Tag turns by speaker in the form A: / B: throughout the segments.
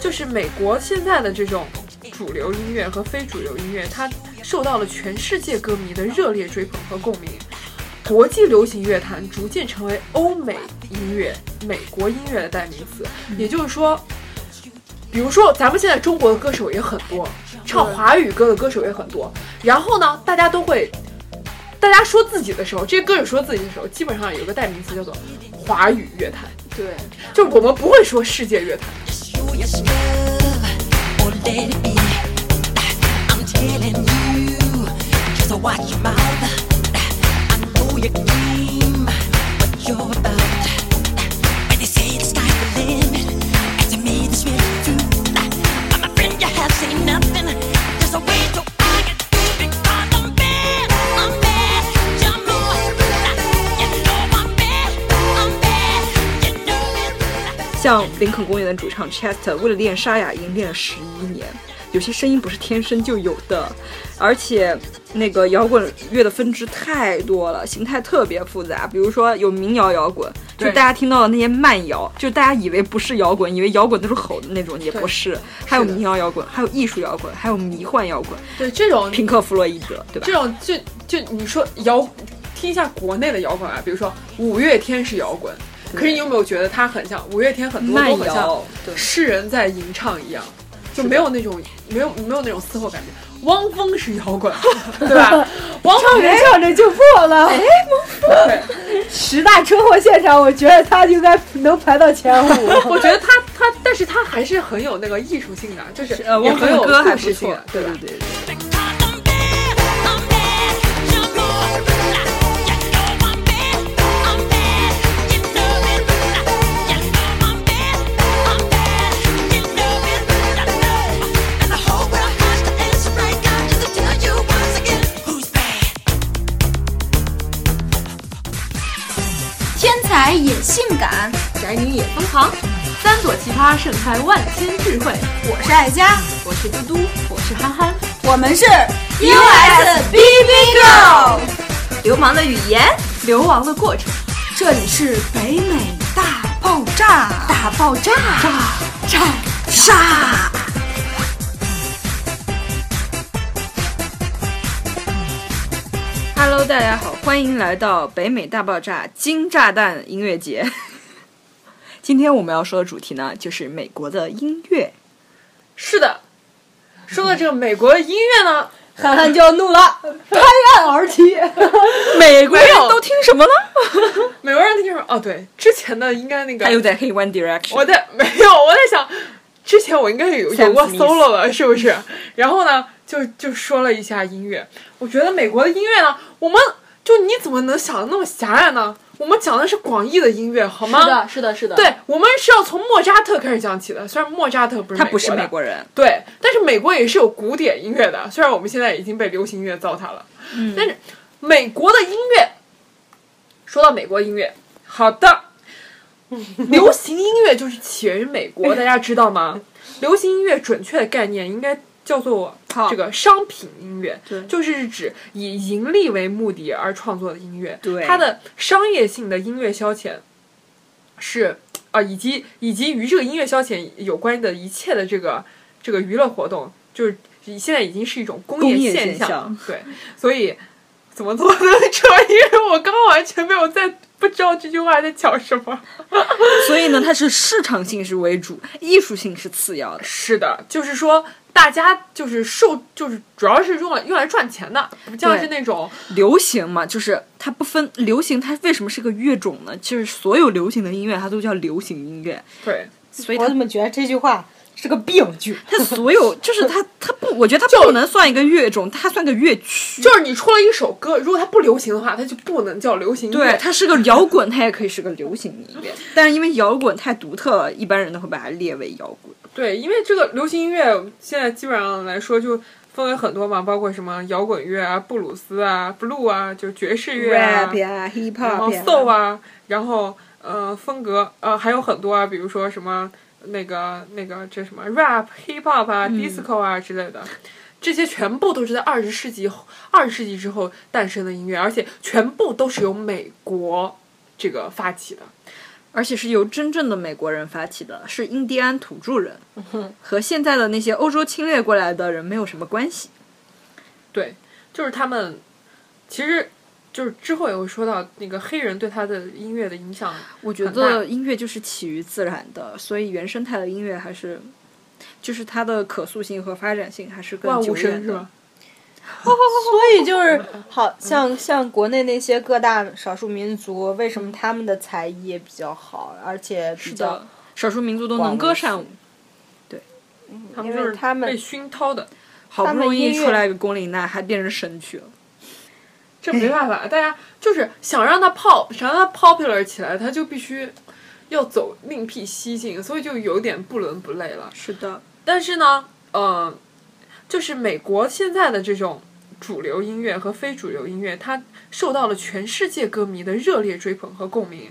A: 就是美国现在的这种主流音乐和非主流音乐，它受到了全世界歌迷的热烈追捧和共鸣。国际流行乐坛逐渐成为欧美音乐、美国音乐的代名词。也就是说，比如说咱们现在中国的歌手也很多，唱华语歌的歌手也很多。然后呢，大家都会，大家说自己的时候，这些歌手说自己的时候，基本上有个代名词叫做华语乐坛，
B: 对，
A: 就是我们不会说世界乐坛。
C: Just you, yes, girl, or let it be. I'm telling you, just watch your mouth. I know your game, what you're about. When they say the sky's the limit, and to me this really true. But my friend, you have seen nothing. There's a way to argue because I'm bad, I'm bad. You know it. You know I'm bad, I'm bad. You know it.
D: 像林肯公园的主唱 Chester，为了练沙哑音练了十一年，有些声音不是天生就有的，而且那个摇滚乐的分支太多了，形态特别复杂。比如说有民谣摇滚，就
A: 对
D: 大家听到的那些慢摇，就大家以为不是摇滚，以为摇滚都是吼的那种，也不是。还有民谣摇滚，还有艺术摇滚，还有迷幻摇滚，
A: 对这种
D: 平克·弗洛伊德，对吧
A: 这？种就就你说摇，听一下国内的摇滚啊，比如说五月天是摇滚，可是你有没有觉得它很像五月天很多
D: 慢
A: 都很像
D: 摇，对，
A: 诗人在吟唱一样，就没有那种没有没有那种嘶吼感觉。 汪峰是摇 滚，对吧？汪峰
B: 唱着唱着就破了。哎，十大车祸现场，我觉得他应该能排到前五。
A: 我觉得他他，但是他还是很有那个艺术性的，就是
D: 呃，
A: 也
D: 汪峰
A: 很
D: 的
A: 有
D: 歌
A: 故
D: 还不
A: 事性
D: 错
A: 的，，
D: 对
A: 吧
D: 对？对对。
C: Because I'm bad, I'm bad, you know it. You know I'm bad, I'm bad, you know it. You know I'm bad, I'm bad, you know it. And the whole world has to answer right now just to tell you once again who's bad.
E: 天才也性感，
B: 宅女也
A: 嗯
B: 疯狂，三朵奇葩盛开万千智慧。
E: 我是爱佳，
B: 我是嘟嘟，我是憨憨。
E: 我们是 USBB Girl，
D: 流氓的语言，
B: 流亡的过程，
E: 这里是北美大爆炸，大爆炸，炸炸炸！
D: Hello，大家好，欢迎来到北美大爆炸金炸弹音乐节。 今天我们要说的主题呢，就是美国的音乐。
A: 是的。说到这个美国的音乐呢，
B: 憨憨就要怒了，拍案而起。
D: 美国人
A: 没有
D: 都听什么呢？
A: 美国人那就是哦，对，之前的应该那个
D: 他又哎在黑 One Direction。
A: 我在没有，我在想，之前我应该有
D: Sam
A: 有过
D: Smith
A: solo 了，是不是？然后呢，就就说了一下音乐。我觉得美国的音乐呢，我们就你怎么能想的那么狭隘呢？我们讲的是广义的音乐，好
B: 是
A: 吗？
B: 的，是的，是的。，
A: 对，我们是要从莫扎特开始讲起的。虽然莫扎特不是
D: 他不是
A: 的
D: 美国人，
A: 对，但是美国也是有古典音乐的，虽然我们现在已经被流行乐糟蹋了，
D: 嗯
B: 嗯
A: 但是美国的音乐，说到美国音乐，好的， 流行音乐就是起源于美国，大家知道吗？ 流行音乐准确的概念应该叫做
D: 好
A: 这个商品音乐
D: 对，
A: 就是指以盈利为目的而创作的音乐，
D: 对
A: 它的商业性的音乐消遣是啊、以及以及与这个音乐消遣有关的一切的这个这个娱乐活动，就是以现在已经是一种工
D: 工
A: 业
D: 业
A: 现
D: 现象
A: 对，所以怎么做 能这？因为我刚刚完全没有在不知道这句话在讲什么。
D: 所以呢，它是市场性是为主，艺术性是次要 的。
A: 是的，就是说大家就是受就是主要是用来用来赚钱的，不像
D: 对
A: 是那种
D: 流行嘛，就是它不分流行，它为什么是个乐种呢？就是所有流行的音乐，它都叫流行音乐。
A: 对
D: 所以它
B: 我怎么觉得这句话是个病句？
D: 它所有就是它它不，我觉得它不能算一个乐种，它算个乐曲。
A: 就是你出了一首歌，如果它不流行的话，它就不能叫流行音
D: 对，
A: 乐。
D: 它是个摇滚，它也可以是个流行音乐，但是因为摇滚太独特了，一般人都会把它列为摇滚。
A: 对，因为这个流行音乐现在基本上来说就分为很多嘛，包括什么摇滚乐啊、布鲁斯啊、blue 啊，就是爵士乐啊、
D: 呀，hip
A: 然后 soul 啊，然后呃风格呃还有很多啊，比如说什么那个那个这什么 rap、hip hop 啊、disco
B: 嗯
A: 啊之类的。这些全部都是在二十世纪后二十世纪之后诞生的音乐，而且全部都是由美国这个发起的。
D: 而且是由真正的美国人发起的，是印第安土著人，和现在的那些欧洲侵略过来的人没有什么关系。
A: 对，就是他们，其实就是之后也会说到那个黑人对他的音乐的影响。
D: 我觉得音乐就是起于自然的，所以原生态的音乐还是，就是它的可塑性和发展性还是
A: 万
D: 更久
A: 物生
D: 远
A: 是
D: 的
A: 吧。？
B: 所以就是好像像国内那些各大少数民族，为什么他们的才艺也比较好，而且比
D: 是
B: 较
D: 的，少数民族都
B: 广
D: 能
B: 为
D: 歌
B: 世
D: 善舞，
A: 他们
B: 因
A: 就
B: 为
A: 是
B: 他们
A: 被熏陶的，
D: 好
B: 他
D: 不
B: 们
D: 容易
B: 音乐
D: 出来个龚琳娜，还变成神曲了。
A: 这没办法，大家就是想让他 pop，想让他 popular 起来，他就必须要走另辟蹊径，所以就有点不伦不类了。
D: 是的，
A: 但是呢，呃，就是美国现在的这种主流音乐和非主流音乐，它受到了全世界歌迷的热烈追捧和共鸣。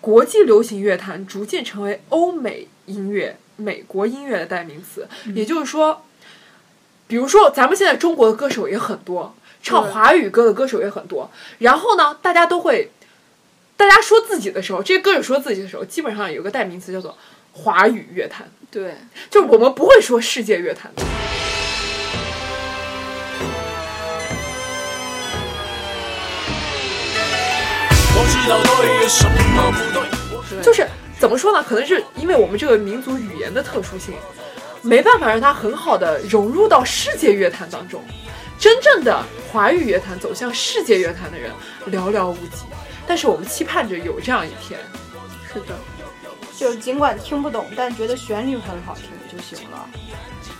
A: 国际流行乐坛逐渐成为欧美音乐、美国音乐的代名词。也就是说，比如说咱们现在中国的歌手也很多，唱华语歌的歌手也很多。然后呢，大家都会，大家说自己的时候，这些歌手说自己的时候，基本上有个代名词叫做华语乐坛。
D: 对，
A: 就是我们不会说世界乐坛的。
F: 我知道对与什么不对。
A: 就是怎么说呢？可能是因为我们这个民族语言的特殊性，没办法让它很好的融入到世界乐坛当中。真正的华语乐坛走向世界乐坛的人寥寥无几，但是我们期盼着有这样一天。
D: 是的，
B: 就尽管听不懂，但觉得旋律很好听就行了。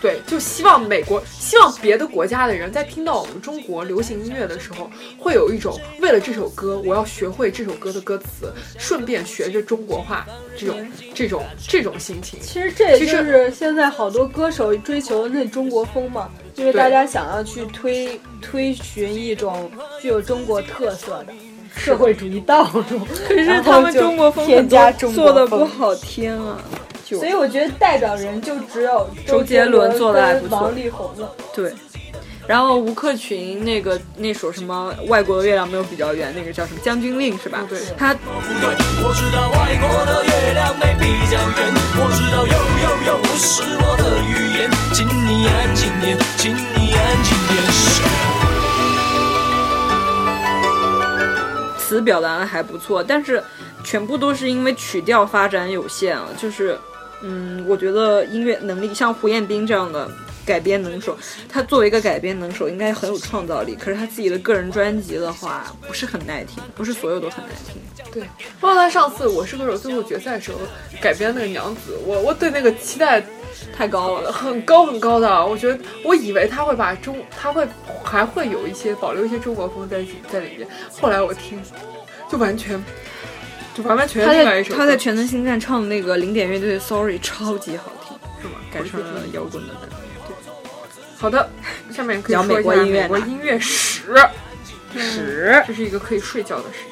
A: 对，就希望美国，希望别的国家的人在听到我们中国流行音乐的时候，会有一种为了这首歌，我要学会这首歌的歌词，顺便学着中国话这种这种这种心情。
B: 其实这也
A: 其
B: 就
A: 实
B: 是现在好多歌手追求的那中国风嘛，因为
A: 对
B: 大家想要去推推寻一种具有中国特色的社会主义道 路。可
D: 可是他们中国风
B: 添
D: 很
B: 加
D: 多
B: 中
D: 做
B: 国
D: 的
B: 风
D: 不，好听啊。就
B: 所以我觉得代表人就只有
D: 周杰伦做得还不
B: 跟
D: 错
B: 王力宏了。
D: 对，然后吴克群那个那首什么《外国的月亮没有比较圆》，那个叫什么《将军令》是嗯吧？对，他
F: 不对，我知道外国的月亮没比较圆，我知道有有有不是我的语言，请你安静点，请你安静点。嘘
D: 词表达的还不错，但是全部都是因为曲调发展有限啊，就是，嗯，我觉得音乐能力像胡彦斌这样的改编能手，他作为一个改编能手应该很有创造力，可是他自己的个人专辑的话不是很耐听，不是所有都很耐听。
A: 对，包括他上次《我是歌手》最后决赛的时候改编那个娘子，我我对那个期待
D: 太高了，
A: 很高很高的，我觉得我以为他会把中，他会还会有一些保留一些中国风在在里面，后来我听就完全就完完全
D: 他
A: 全另外
D: 在
A: 一首歌，
D: 他在全能星战唱的那个零点乐队的 Sorry 超级好听，是吗？改成了摇滚的版本。
A: 好的，下面可以
D: 聊美
A: 说一
D: 国
A: 下
D: 音乐
A: 美国
D: 呢嗯
A: 音乐史，
D: 是，
A: 这是一个可以睡觉的时间。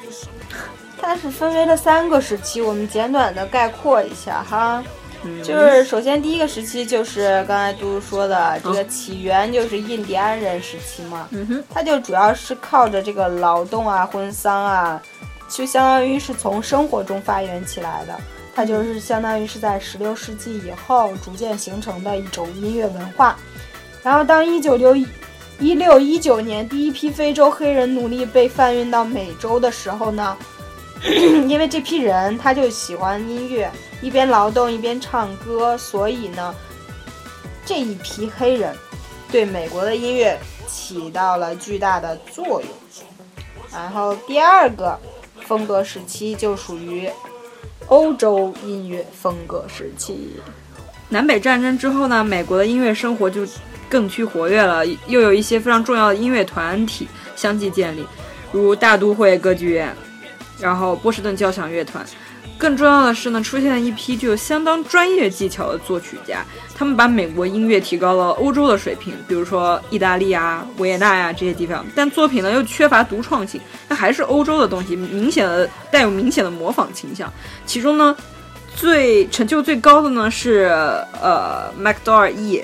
B: 它是分为了三个时期，我们简短的概括一下哈。
D: 嗯
B: 就是首先第一个时期就是刚才嘟嘟说的这个起源就是印第安人时期嘛，
D: 嗯哼，
B: 它就主要是靠着这个劳动啊、婚丧啊，就相当于是从生活中发源起来的。它就是相当于是在十六世纪以后逐渐形成的一种音乐文化。然后当一九六一。一六一九年，第一批非洲黑人奴隶被贩运到美洲的时候呢， 因为这批人他就喜欢音乐，一边劳动一边唱歌，所以呢，这一批黑人对美国的音乐起到了巨大的作用。然后第二个风格时期就属于欧洲音乐风格时期，
D: 南北战争之后呢，美国的音乐生活就更趋活跃了，又有一些非常重要的音乐团体相继建立，如大都会歌剧院，然后波士顿交响乐团。更重要的是呢，出现了一批具有相当专业技巧的作曲家，他们把美国音乐提高了欧洲的水平，比如说意大利啊、维也纳呀、这些地方，但作品呢又缺乏独创性，那还是欧洲的东西，明显的带有明显的模仿倾向。其中呢，最成就最高的呢是呃麦克多尔 E，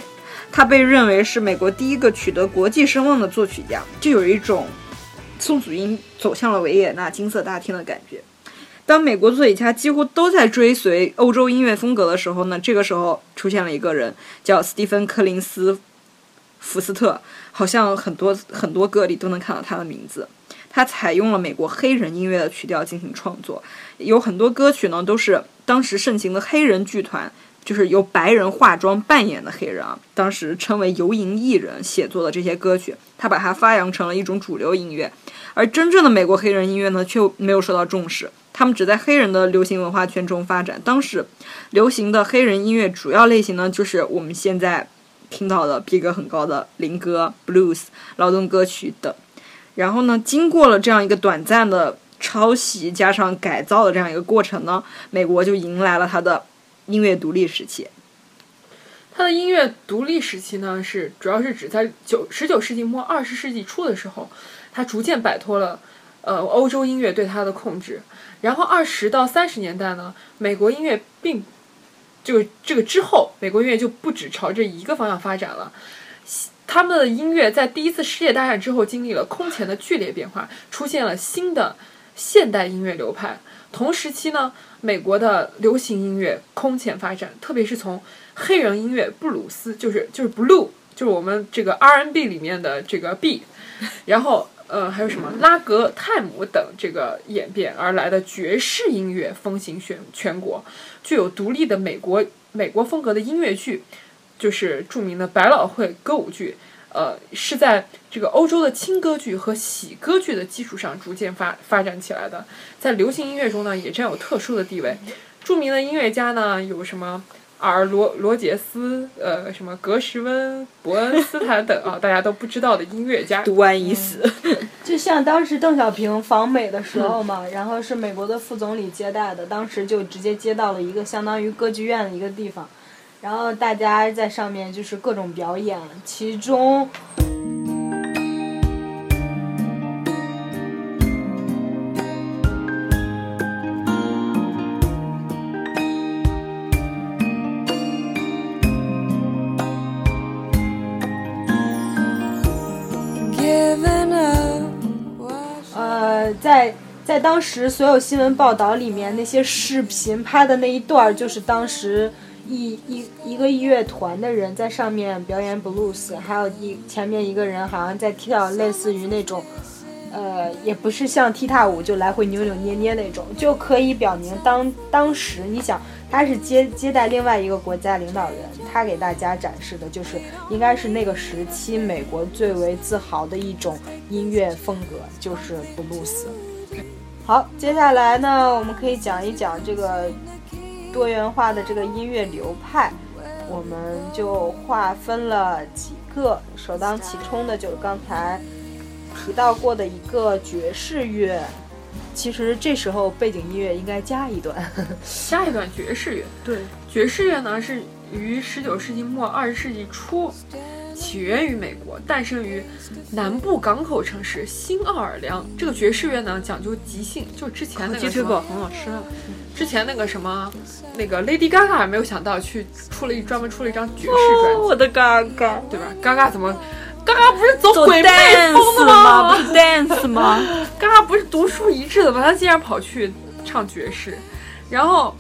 D: 他被认为是美国第一个取得国际声望的作曲家，就有一种宋祖英走向了维也纳金色大厅的感觉。当美国作曲家几乎都在追随欧洲音乐风格的时候呢，这个时候出现了一个人叫斯蒂芬·柯林斯·福斯特，好像很多很多歌里都能看到他的名字。他采用了美国黑人音乐的曲调进行创作，有很多歌曲呢都是当时盛行的黑人剧团，就是由白人化妆扮演的黑人啊，当时称为游吟艺人写作的这些歌曲，他把它发扬成了一种主流音乐。而真正的美国黑人音乐呢，却没有受到重视，他们只在黑人的流行文化圈中发展。当时流行的黑人音乐主要类型呢，就是我们现在听到的逼格很高的灵歌、blues、劳动歌曲等。然后呢，经过了这样一个短暂的抄袭加上改造的这样一个过程呢，美国就迎来了它的音乐独立时期。
A: 他的音乐独立时期呢，是主要是指在九十九世纪末二十世纪初的时候，他逐渐摆脱了呃欧洲音乐对他的控制。然后二十到三十年代呢，美国音乐并这个这个之后，美国音乐就不只朝着一个方向发展了。他们的音乐在第一次世界大战之后经历了空前的剧烈变化，出现了新的现代音乐流派。同时期呢，美国的流行音乐空前发展，特别是从黑人音乐布鲁斯，就是就是 blue，就是我们这个 R&B 里面的这个 B，然后呃还有什么拉格泰姆等这个演变而来的爵士音乐风行全全国，具有独立的美国美国风格的音乐剧，就是著名的百老汇歌舞剧，呃，是在这个欧洲的轻歌剧和喜歌剧的基础上逐渐发发展起来的，在流行音乐中呢也占有特殊的地位。著名的音乐家呢有什么尔罗罗杰斯，呃，什么格什温、伯恩斯坦等啊，大家都不知道的音乐家。
D: 读完已死，
B: 就像当时邓小平访美的时候嘛，然后是美国的副总理接待的，当时就直接接到了一个相当于歌剧院的一个地方，然后大家在上面就是各种表演，其中呃，在在当时所有新闻报道里面，那些视频拍的那一段儿，就是当时一一一个乐团的人在上面表演 blues，还有一前面一个人好像在跳类似于那种，呃，也不是像踢踏舞就来回扭扭捏捏那种，就可以表明当当时你想他是接接待另外一个国家领导人，他给大家展示的就是应该是那个时期美国最为自豪的一种音乐风格，就是 blues。好，接下来呢，我们可以讲一讲这个多元化的这个音乐流派，我们就划分了几个，首当其冲的就是刚才提到过的一个爵士乐。其实这时候背景音乐应该加一段，
A: 下一段爵士乐，
B: 对，
A: 爵士乐呢是于十九世纪末二十世纪初起源于美国，诞生于南部港口城市新奥尔良。这个爵士乐呢讲究即兴，就之前那个
D: 哦鸡
A: 什
D: 腿堡
A: 么，
D: 很好吃啊。
A: 之前那个什么，那个 Lady Gaga 没有想到去出了一专门出了一张爵士专辑，
D: 我的嘎嘎，
A: 对吧？Gaga 怎么？Gaga 不是走
D: 走
A: 鬼魅风的
D: dance 吗？不是 dance 吗？
A: 嘎嘎不是独树一帜的吗？他竟然跑去唱爵士，然后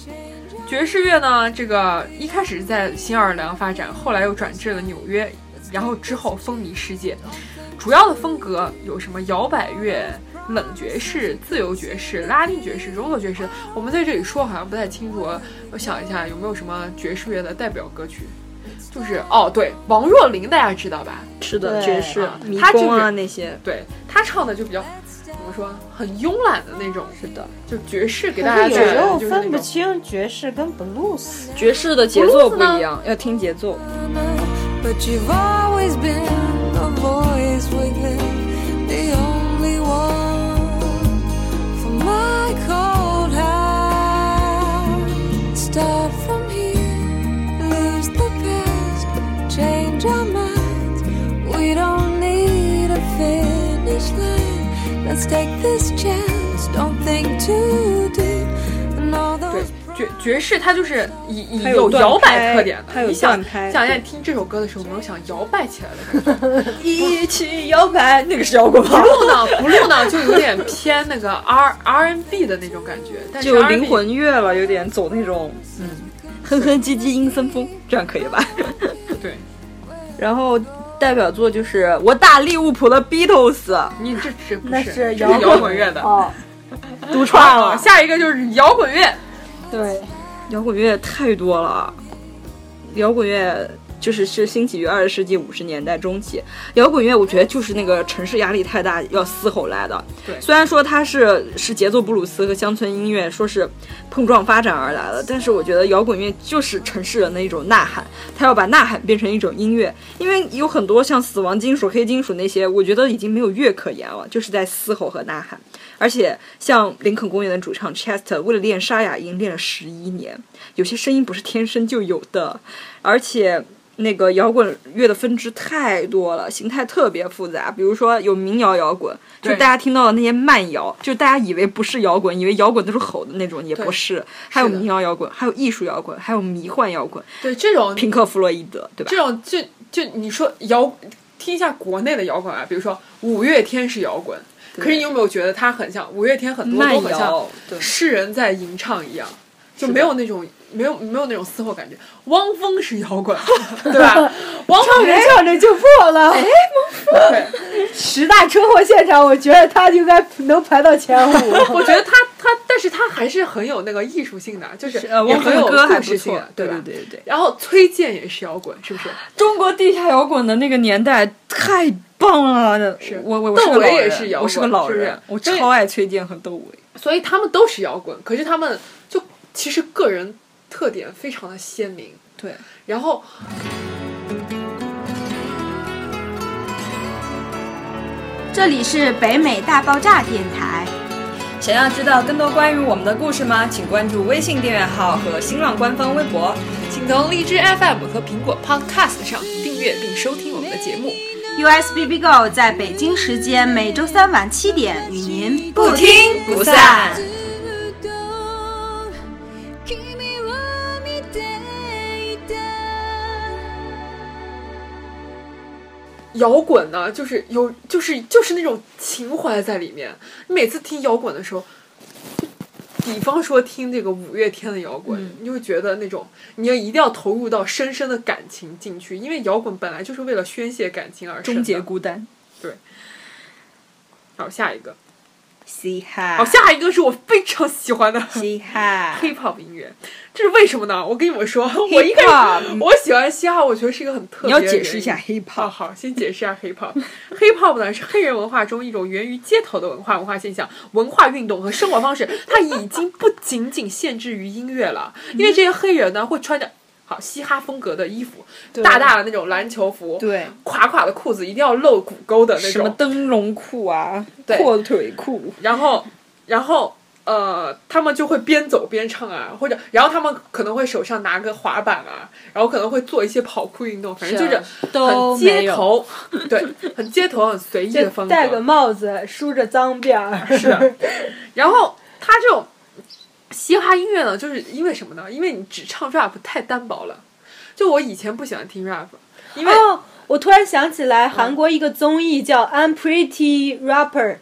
A: 爵士乐呢，这个一开始是在新奥尔良发展，后来又转至了纽约，然后之后风靡世界。主要的风格有什么摇摆乐、冷爵士、自由爵士、拉丁爵士、融合爵士。我们在这里说好像不太清楚，我想一下有没有什么爵士乐的代表歌曲？就是哦，对，王若琳大家知道吧？
D: 是的，
B: 对
D: 爵士
A: 啊、
D: 迷
A: 他就
D: 宫啊
A: 是
D: 那些，
A: 对她唱的就比较怎么说，很慵懒的那种，
D: 是的，
A: 就爵士 给
B: 可
A: 大家
B: 是 有
A: 带
B: 时
A: 来
B: 候
A: 的就是那
B: 分不
A: 种
B: 清爵士跟 blues。
D: 爵士的节奏不一样，要听节奏。
G: But you've always been a voice within, the only one for my cold heart. Start from here, lose the past, change our minds. We don't need a finish line. Let's take this chance, don't think too deep. And all those.
A: 爵爵士它就是以以
D: 它有
A: 有
D: 断
A: 摇摆
D: 拍
A: 特点
D: 它
A: 的。
D: 有
A: 你想
D: 断拍
A: 想想听这首歌的时候，有没有想摇摆起来的感觉？
D: 一起摇摆，那个是摇滚
A: 不
D: 吗？
A: 录呢，不录呢，就有点偏那个 R R N B 的那种感觉，但是
D: 就
A: R&B
D: 灵魂乐了，有点走那种嗯哼哼唧唧阴森风，这样可以吧？
A: 对。
D: 然后代表作就是我打利物浦的 Beatles，
A: 你这这不
B: 那
A: 是
B: 是
A: 这
B: 摇滚
A: 摇滚乐的。
B: 哦，
D: 独创
A: 啊，
D: 了。
A: 下一个就是摇滚乐，
B: 对，
D: 摇滚乐太多了，摇滚乐就是是兴起于二十世纪五十年代中期。摇滚乐我觉得就是那个城市压力太大要嘶吼来的。
A: 对
D: 虽然说它是是节奏布鲁斯和乡村音乐说是碰撞发展而来的，但是我觉得摇滚乐就是城市人的一种呐喊，他要把呐喊变成一种音乐，因为有很多像死亡金属、黑金属那些，我觉得已经没有乐可言了，就是在嘶吼和呐喊。而且像林肯公园的主唱 Chester，为了练沙哑音练了十一年，有些声音不是天生就有的，而且。那个摇滚乐的分支太多了，形态特别复杂。比如说有民谣摇滚，就
A: 对
D: 大家听到的那些慢摇，就大家以为不是摇滚，以为摇滚都是吼的那种，也不是。还有
A: 是的
D: 民谣摇滚，还有艺术摇滚，还有迷幻摇滚，
A: 对这种
D: 平克·弗洛伊德，对吧
A: 这？种就就你说摇，听一下国内的摇滚啊，比如说五月天是摇滚，可是你有没有觉得它很像五月天很多
D: 慢
A: 都很像
D: 摇，对，
A: 诗人在吟唱一样，就没有那种没有没有那种嘶吼感觉。汪峰是摇滚， 对吧？汪峰
B: 唱着唱着就破了。
A: 对，
B: 十大车祸现场，我觉得他应该能排到前五。
A: 我觉得他他，但是他还是很有那个艺术性的，就是
D: 呃，
A: 也
D: 汪峰
A: 很
D: 的
A: 有
D: 歌
A: 故
D: 还不
A: 事性
D: 错
A: 的，，
D: 对
A: 吧？
D: 对对对。
A: 然后崔健也是摇滚，是不是？
D: 中国地下摇滚的那个年代太棒了，
A: 是
D: 我我我
A: 窦
D: 是个
A: 唯
D: 老
A: 也
D: 人
A: 是摇
D: 我是个
A: 滚
D: 老
A: 是不
D: 人
A: 是，
D: 我
A: 所以
D: 超爱崔健和窦唯。
A: 所以他们都是摇滚，可是他们就其实个人特点非常的鲜明。
D: 对，
A: 然后
E: 这里是北美大爆炸电台。
D: 想要知道更多关于我们的故事吗？请关注微信订阅号和新浪官方微博。
A: 请从荔枝 FM 和苹果 Podcast 上订阅并收听我们的节目。
E: USBB Go 在北京时间每周三晚七点与您不
D: 听不散
C: ずっと君を見ていた
A: 摇滚呢，就是有就是就是那种情怀在里面。你每次听摇滚的时候，就比方说听这个五月天的摇滚，你就会觉得那种你要一定要投入到深深的感情进去，因为摇滚本来就是为了宣泄感情而生的
D: 终结。孤单，
A: 好，下一个，
D: 嘻哈，
A: 好，下一个是我非常喜欢 的
D: 嘻 哈
A: hiphop 音乐，这是为什么呢？我跟你们说，我一开始
D: Hip-hop
A: 我喜欢嘻哈，我觉得是一个很特别的
D: 你要
A: 原因。
D: 解释一下 hip
A: 好
D: hop。
A: 好，先解释一下 hip hop。hip hop 呢是黑人文化中一种源于街头的文化文化现象、文化运动和生活方式。它已经不仅仅限制于音乐了，因
D: 嗯
A: 为这些黑人呢会穿着好嘻哈风格的衣服，大大的那种篮球服，
D: 对，
A: 垮垮的裤子一定要露骨沟的那
D: 什么
A: 种，
D: 灯笼裤啊，
A: 对
D: 阔腿裤，
A: 然后，然后。呃，他们就会边走边唱啊，或者，然后他们可能会手上拿个滑板啊，然后可能会做一些跑酷运动，反
D: 啊
A: 正就是很街头，对，很街头、很随意的风格。
B: 戴个帽子，梳着脏辫儿。
A: 是的。然后他这种嘻哈音乐呢，就是因为什么呢？因为你只唱 rap 太单薄了。就我以前不喜欢听 rap，因为、嗯
B: 哦，我突然想起来，韩国一个综艺叫《I'm Pretty Rapper》，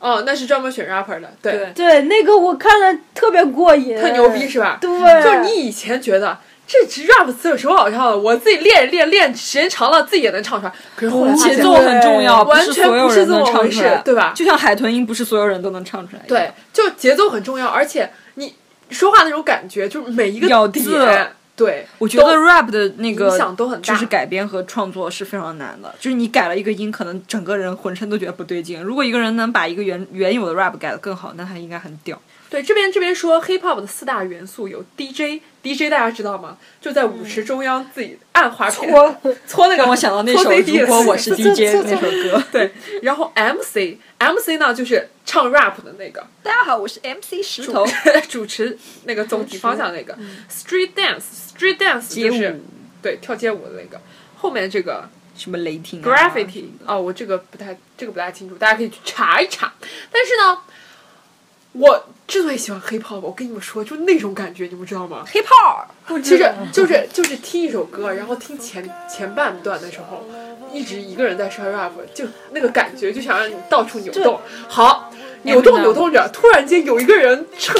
A: 哦，那是专门选 rapper 的，对，
D: 对
B: 对，那个我看了特别过瘾，
A: 特牛逼是吧？
B: 对，
A: 就是你以前觉得。这支 rap 词有什么好唱的？我自己练练练，时间长了自己也能唱出来。可是后来发
D: 节
A: 现，
D: 奏很重要，
A: 对
D: 不是所
A: 完全
D: 有人能
A: 不是这么
D: 唱
A: 回
D: 出
A: 事
D: 来，
A: 对吧
D: 就像海豚音，不是所有人都能唱出来。
A: 对，，就节奏很重要，而且你说话那种感觉，就是每一个
D: 咬字
A: 点，对，
D: 我觉得
A: 都
D: rap 的那个
A: 影响都很大
D: 就是改编和创作是非常难的。就是你改了一个音，可能整个人浑身都觉得不对劲。如果一个人能把一个原原有的 rap 改得更好，那他应该很屌。
A: 对，这边这边说 hip hop 的四大元素有 DJ。DJ 大家知道吗？就在舞池中央自己按滑
D: 嗯
A: 片
B: 搓
A: 搓那个，
D: 让我想到那首
A: 搓 CD
D: 《如
A: 的
D: 果我
A: 事
D: 是 DJ》那首歌。对，
A: 情然后 MC MC 呢就是唱 rap 的那个
D: 大家好，我是 MC 石
A: 主
D: 头。
A: 主持那个总体方向那个 street dance street dance
D: 街
A: 就
D: 舞
A: 是对跳街舞的那个，后面这个
D: 什么雷霆、啊、
A: graffiti 哦，我这个不太这个不大清楚，大家可以去查一查。但是呢，我之所以喜欢黑泡吧，我跟你们说，就那种感觉，你们知道吗？
D: 黑炮，
A: 不，就是
D: 嗯
A: 就是就是听一首歌，然后听前前半段的时候，一直一个人在刷 rap，就那个感觉就想让你到处扭动。好，扭动扭动着，突然间有一个人插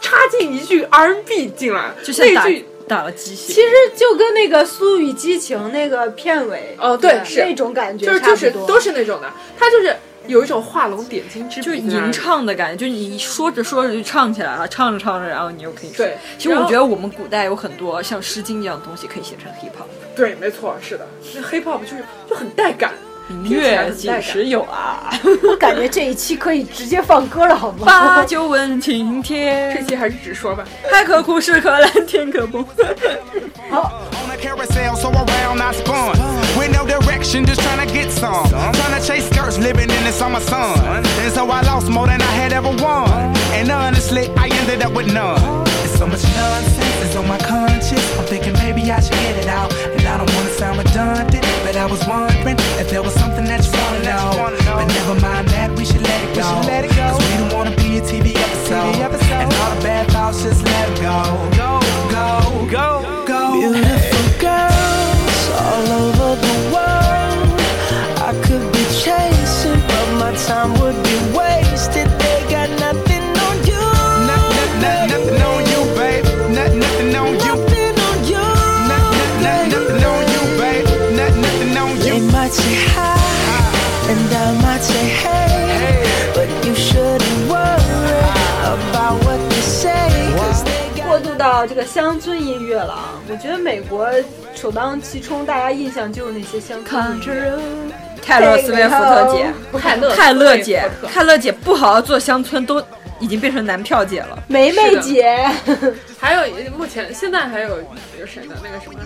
A: 插进一句 R&B 进来，
D: 就像
A: 那
D: 打
A: 句
D: 打了鸡血。
B: 其实就跟那个《苏语激情》那个片尾，
A: 哦对是
B: 那种感觉
A: 就是
B: 差
A: 就
B: 不
A: 是都
B: 多，
A: 是那种的，他就是有一种画龙点睛之笔，
D: 就是吟。唱的感觉，就是你说着说着就唱起来了，唱着唱着，然后你又可以睡
A: 对
D: 其实我
A: 然后
D: 觉得我们古代有很多像《诗经》这样的东西可以写成 hip hop，
A: 对，没错，是的，那黑 hop 就是就很带感，
D: 明
A: 听起来
D: 月
A: 很带感
D: 几时有啊？
H: 我感觉这一期可以直接放歌了，好吗？
D: 把酒问青
A: 这
D: 天，
A: 期还是只说吧。
D: 海可枯，石可烂，天可崩。
I: On the carousel, so around I spun. With no direction, just tryna get some. Tryna chase skirts, living in the summer sun. And so I lost more than I had ever won. And honestly, I ended up with none. There's so much nonsense is on my conscience. I'm thinking maybe I should get it out. And I don't wanna sound redundant, but I was wondering if there was something that you wanna know. But never mind that, we should let it go. Cause we don't wanna be a TV episode. And all the bad thoughts, just let 'em Go, go, go, go. go.
J: Beautiful girls all over the world. I could be chasing, but my time would be wasted. They got nothing on you.
I: Nothing, nothing, nothing on you, babe. Nothing, nothing on you.
J: Nothing on you.
I: Nothing, nothing, nothing on you, babe. Nothing, nothing on you.
J: They might say hi, and I might say hey. But you shouldn't worry about what they say. 'cause they got
H: 过渡到这个乡村音乐了啊，我觉得美国首当其冲，大家印象就是那些乡村音乐。
D: 泰勒·斯威夫特姐，
A: 泰勒
D: 泰勒姐，泰勒姐不好好做乡村，都已经变成男票姐了。
H: 梅梅姐，
A: 还有目前现在还有有谁呢？那个什么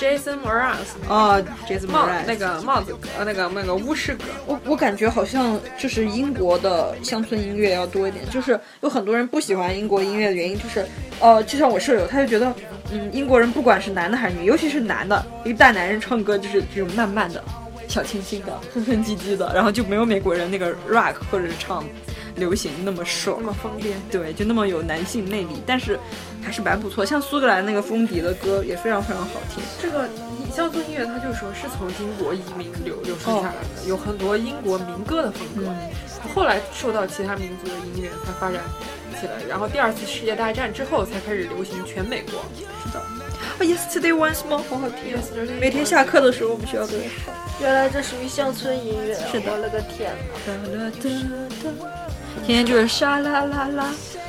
A: ，Jason Mraz
D: 哦，Jason
A: 帽
D: Mraz
A: 那个帽子哥，呃那个那个巫师哥，
D: 我我感觉好像就是英国的乡村音乐要多一点，就是有很多人不喜欢英国音乐的原因就是，呃，就像我舍友，他就觉得，嗯，英国人不管是男的还是女，尤其是男的，一个大男人唱歌就是这种慢慢的、小清新的、哼哼唧唧的，然后就没有美国人那个 rock 或者是唱流行那么瘦，
A: 那么疯癫。
D: 对，就那么有男性魅力，但是还是蛮不错。像苏格兰那个风笛的歌也非常非常好听。
A: 这个乡村音乐，它就是说是从英国移民流流传下来
D: 哦
A: 的，有很多英国民歌的风格，
D: 嗯
A: 后来受到其他民族的音乐才发展起来，然后第二次世界大战之后才开始流行全美国。
D: 啊，Yesterday Once More 好好听。每天下课的时候，我们学校都有。
H: 原来这属于乡村音乐，
D: 啊
H: 我了个天呐！
D: 天天就是沙啦啦啦，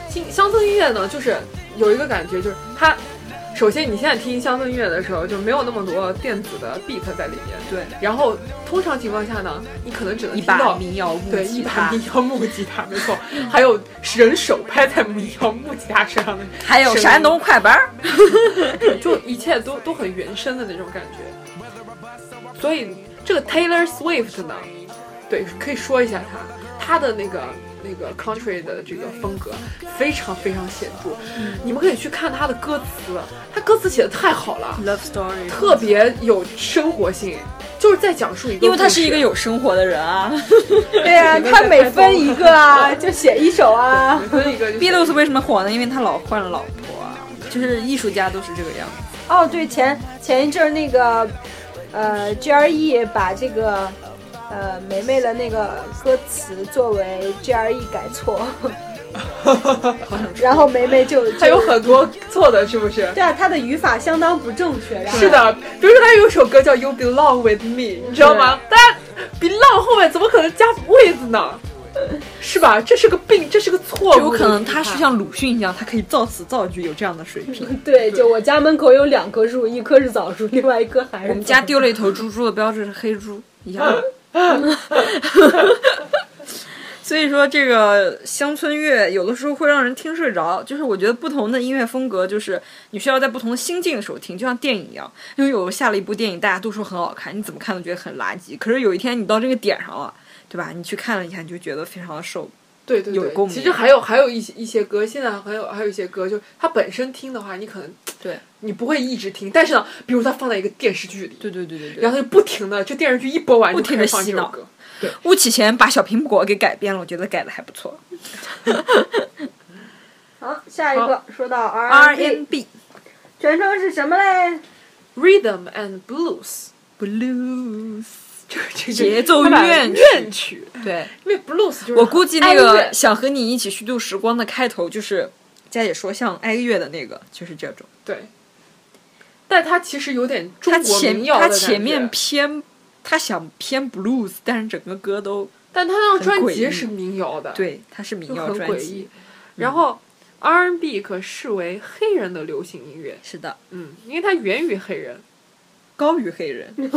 A: 乡乡村音乐呢，就是有一个感觉，就是它，首先你现在听乡村音乐的时候，就没有那么多电子的 beat 在里面。
D: 对，
A: 然后通常情况下呢，你可能只能
D: 一
A: 听到
D: 把民谣木
A: 对，一
D: 吉
A: 把
D: 他，
A: 民谣木吉他，没错，还有人手拍在民谣木吉他身上的，
D: 还有山东快板儿。
A: 就一切都都很原生的那种感觉。所以这个 Taylor Swift 呢，对，可以说一下她，她的那个那个 country 的这个风格非常非常显著。
D: 嗯
A: 你们可以去看她的歌词，她歌词写的太好了，
D: Love Story，
A: 特别有生活性，就是在讲述一个，
D: 因为他是一个。有生活的人 啊。
H: 对呀、
A: 你们
H: 他
A: 在
H: 每
A: 开
H: 分
A: 封
H: 一个 啊，就写一首啊。
A: 所以一个就是
D: b l u e s 为什么火呢？因为他老换了老婆啊，就是艺术家都是这个样子。
H: 哦，对，前前一阵儿那个，呃，GRE 把这个，呃，梅梅的那个歌词作为 GRE 改 错，然后梅梅就
A: 它有
H: 就
A: 很多错的，是不是？
H: 对啊，她的语法相当不正确。然后
A: 是，的，比如说他有一首歌叫《You Belong with Me》，你知道吗？大家 belong 后面怎么可能加 with 呢？是吧？这是个病，这是个错误。
D: 有可能他是像鲁迅一样，他可以造词造句，有这样的水平。
H: 对，就我家门口有两棵树，一棵是枣树，另外一棵还是
D: 我们家丢了一头猪，猪的标志是黑猪，一样。 所以说，这个乡村乐有的时候会让人听睡着。就是我觉得不同的音乐风格，就是你需要在不同的心境的时候听，就像电影一样。因为有下了一部电影，大家都说很好看，你怎么看都觉得很垃圾。可是有一天你到这个点上了，对吧？你去看了一下，你就觉得非常的受。
A: 对对
D: 有
A: 对，
D: 共鸣
A: 其实还有还有一些一些歌，现在还有还有一些歌，就它本身听的话，你可能
D: 对
A: 你不会一直听，但是呢，比如它放在一个电视剧里，
D: 对对对对
A: 然后它就不停的，这电视剧一播完
D: 不
A: 就
D: 停
A: 开
D: 地
A: 始放
D: 洗
A: 这首
D: 脑
A: 歌。
D: 巫启贤把小苹果给改编了，我觉得改的还不错。
H: 好，下一个说到
D: R
H: R&B，
D: N B
H: 全称是什么嘞？
A: Rhythm and Blues，
D: blues
A: 就是
D: 节奏
A: 怨
D: 乐
A: 怨曲，
D: 对。
A: 因为 Blues 就是
D: 我估计那
A: 哀
D: 个
A: 乐
D: 想和你一起虚度时光的开头就是佳姐说像哀乐的那个，就是这种。
A: 对，但它其实有点中
D: 它
A: 国
D: 前
A: 民谣的
D: 它
A: 感觉
D: 前面偏，它想偏 blues，但是整个歌都
A: 但他那张专
D: 很诡
A: 辑
D: 异
A: 是民谣的，，
D: 对，它是民
A: 就
D: 谣
A: 很
D: 专
A: 诡
D: 辑。嗯
A: 异。然后 R&B 可视为黑人的流行音乐，
D: 是的，
A: 嗯，因为它源于黑人，
D: 高于黑人。
A: 嗯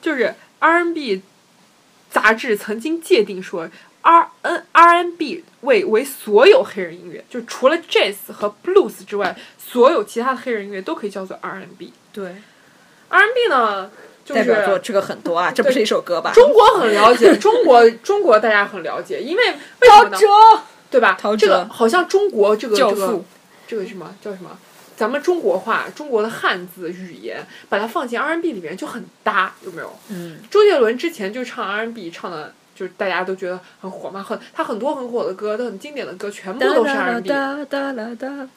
A: 就是 R&B 杂志曾经界定说 R N R&B 为为所有黑人音乐，就除了 Jazz 和 Blues 之外，所有其他的黑人音乐都可以叫做 R&B。
D: 对，
A: R&B 呢，就
D: 代表作
A: 是。
D: 这个很 多啊，这不是一首歌吧？
A: 中国很了 解，中国中国大家很了解，因为为什么呢？对吧？
D: 陶
A: 这个
D: 喆
A: 好像中国这个
D: 教
A: 这个
D: 父
A: 这个什么叫什么？咱们中国话，中国的汉字语言，把它放进 R&B 里面就很搭，有没有？
D: 嗯，
A: 周杰伦之前就唱 R&B，唱的就是大家都觉得很火嘛，很他很多很火的歌，都很经典的歌，全部都是 R&B，
D: 嗯哒哒哒哒。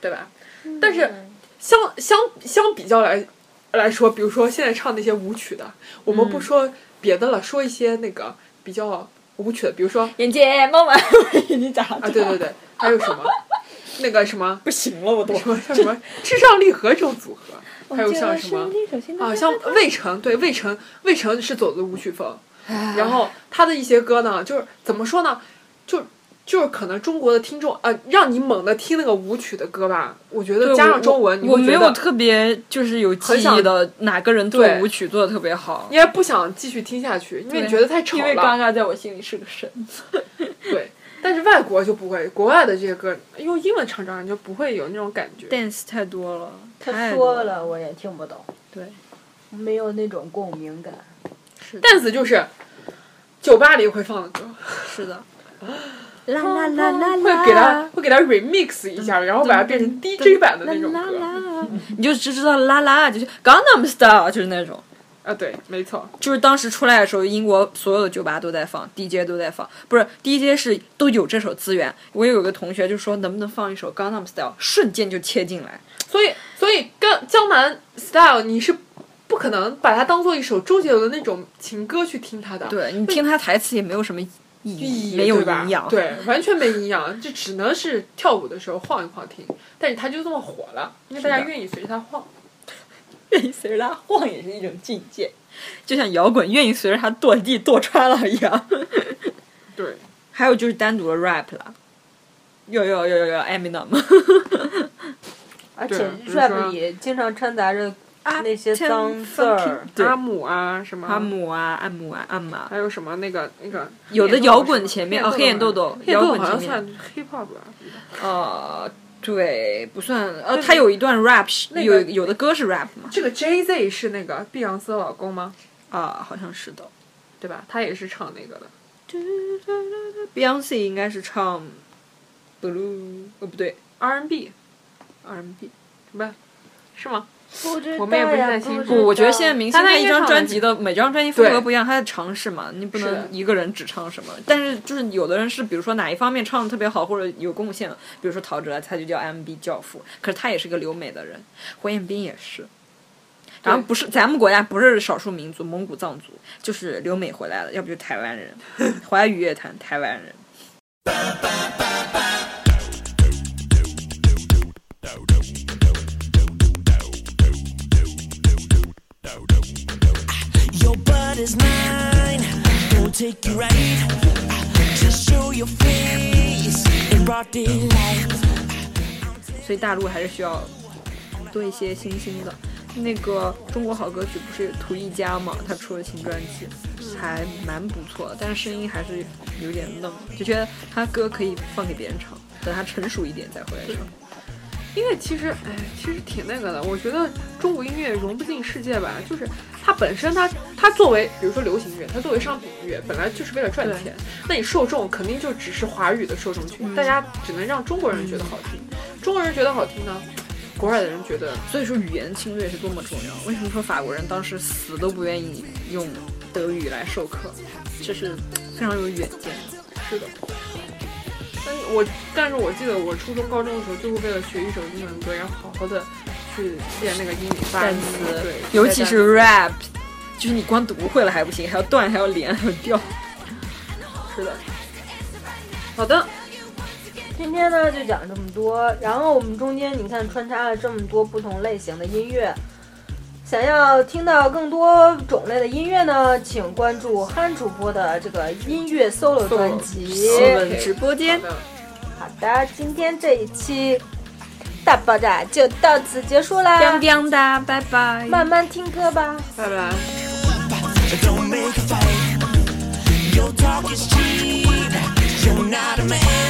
A: 对吧？
D: 嗯
A: 但是相相相比较来来说，比如说现在唱那些舞曲的，我们
D: 嗯
A: 不说别的了，说一些那个比较舞曲的，比如说
D: 眼界梦完，我已经讲了
A: 啊，对对对，还有什么那个什么
D: 不行了，我都
A: 什么像什么至上励合这种组合，还有像什么啊，像魏晨，对魏晨，魏晨是走的舞曲风，然后他的一些歌呢，就是怎么说呢，就就是可能中国的听众呃，让你猛地听那个舞曲的歌吧，我觉得
D: 对
A: 加
D: 我
A: 上中文，你
D: 我
A: 会
D: 没
A: 觉
D: 有
A: 得
D: 特别就是有记
A: 很想
D: 忆的哪个人做
A: 对
D: 舞曲做的特别好
A: 你，也不想继续听下去，因为你觉得太吵
D: 因为嘎
A: 了，
D: 嘎在我心里是个神。
A: 对。但是外国就不会，国外的这些歌用英文唱唱就不会有那种感觉。
D: dance 太多了，
H: 他
D: 太多
H: 说，了我也听不懂，
D: 对，
H: 没有那种共鸣感。
A: dance 就是酒吧里会放的歌，
D: 是的，
H: 啦啦啦啦
A: 会给它
D: 啊
A: 会给它 remix 一
D: 嗯
A: 下，然后把它变成 DJ 版的那种歌
D: 你就只知道啦啦，就是 Gangnam Style，就是那种。
A: 啊，对，没错，
D: 就是当时出来的时候，英国所有的酒吧都在放，DJ 都在放，不是 DJ 是都有这首资源。我有一个同学就说能不能放一首《Gangnam Style》，瞬间就切进来。
A: 所以所以跟江南 Style 你是不可能把它当做一首周杰伦那种情歌去听它的，
D: 对你听他台词也没有什么意
A: 意
D: 义，
A: 义
D: 没有
A: 对吧
D: 营养。
A: 对，完全没营养， 这只能是跳舞的时候晃一晃听，但是它就这么火了，因为大家
D: 是的
A: 愿意随着它晃。
D: 愿意随着他晃也是一种境界，就像摇滚愿意随着他跺地跺穿了一样。
A: 对，
D: 还有就是单独的 rap 啦，有有有有有 Eminem，
H: 而
A: 对
H: 且
A: 比如说啊
H: rap 里经常掺杂着那些脏字儿，
D: 对
A: 阿姆啊什么
D: 啊阿。姆啊，阿姆啊，阿姆啊
A: 还，有什么那个那个
D: 有的摇滚前面哦，黑眼豆
A: 豆
D: 豆，
A: 黑眼
D: 摇
A: 豆豆
D: 滚
A: 好
D: 前
A: 像
D: 面
A: 算 hip hop 吧，
D: 呃，对，不算呃，他有一段 rap，是
A: 那
D: 有
A: 个
D: 有的歌是 rap 嘛，
A: 这个 Jay Z 是那个碧昂斯的老公吗？
D: 啊，好像是的。
A: 对吧？他也是唱那个的。
D: Beyonce 应该是唱 blue，哦不对
A: R&B，
D: ，R&B。
A: 什么？是吗？
H: 不知道呀
A: 我们也不是太清楚
H: 知道
D: 不，我觉得现在明星
A: 但他
D: 他
A: 应
D: 一
A: 该
D: 张
A: 唱
D: 专
A: 的
D: 辑的每张专辑风格
A: 对
D: 不一样，他在尝试嘛，你不
A: 是的
D: 能一个人只唱什么。但是就是有的人是，比如说哪一方面唱的特别好或者有贡献的，比如说陶喆，啊他就叫 M B 教父，可是他也是个留美的人，火焰兵也是。然后不是咱们国家不是少数民族，蒙古藏族就是留美回来的，要不就台湾人， 华语乐坛台湾人。
J: Your body's mine. Don't take you right. Just show your face in broad daylight.
D: 所以大陆还是需要多一些新兴的。那个中国好歌曲不是涂一佳嘛，他出了新专辑，还蛮不错的，但是声音还是有点愣，就觉得他歌可以放给别人唱，等他成熟一点再回来唱。
A: 因为其实，哎，其实挺那个的。我觉得中国音乐融不进世界吧，就是它本身它它作为，比如说流行乐，它作为商品音乐，本来就是为了赚钱。那你受众肯定就只是华语的受众
H: 嗯
A: 群，大家只能让中国人觉得好听。中国人觉得好听呢，国外的人觉得
D: 所以说语言侵略是多么重要。为什么说法国人当时死都不愿意用德语来授课？这是非常有远见的。
A: 是的。我，但是我记得我初中、高中的时候，就是为了学一首英文歌，然后好好的去练那个英语发音，对，
D: 尤其是 rap，就是你光读会了还不行，还要断，还要连，还要调。
A: 是的。好的，
B: 今天呢就讲这么多，然后我们中间你看穿插了这么多不同类型的音乐，想要听到更多种类的音乐呢，请关注憨主播的这个音乐 solo 专辑。
D: 我们直播间
A: 好的
B: 好的，今天这一期大爆炸就到此结束
D: 当
B: 啦，
D: 当哒，拜拜。
B: 慢慢听歌吧。
A: 拜拜。
K: Don't make a fight. Your talk is cheap. You're not a man.
C: Uh, Uh,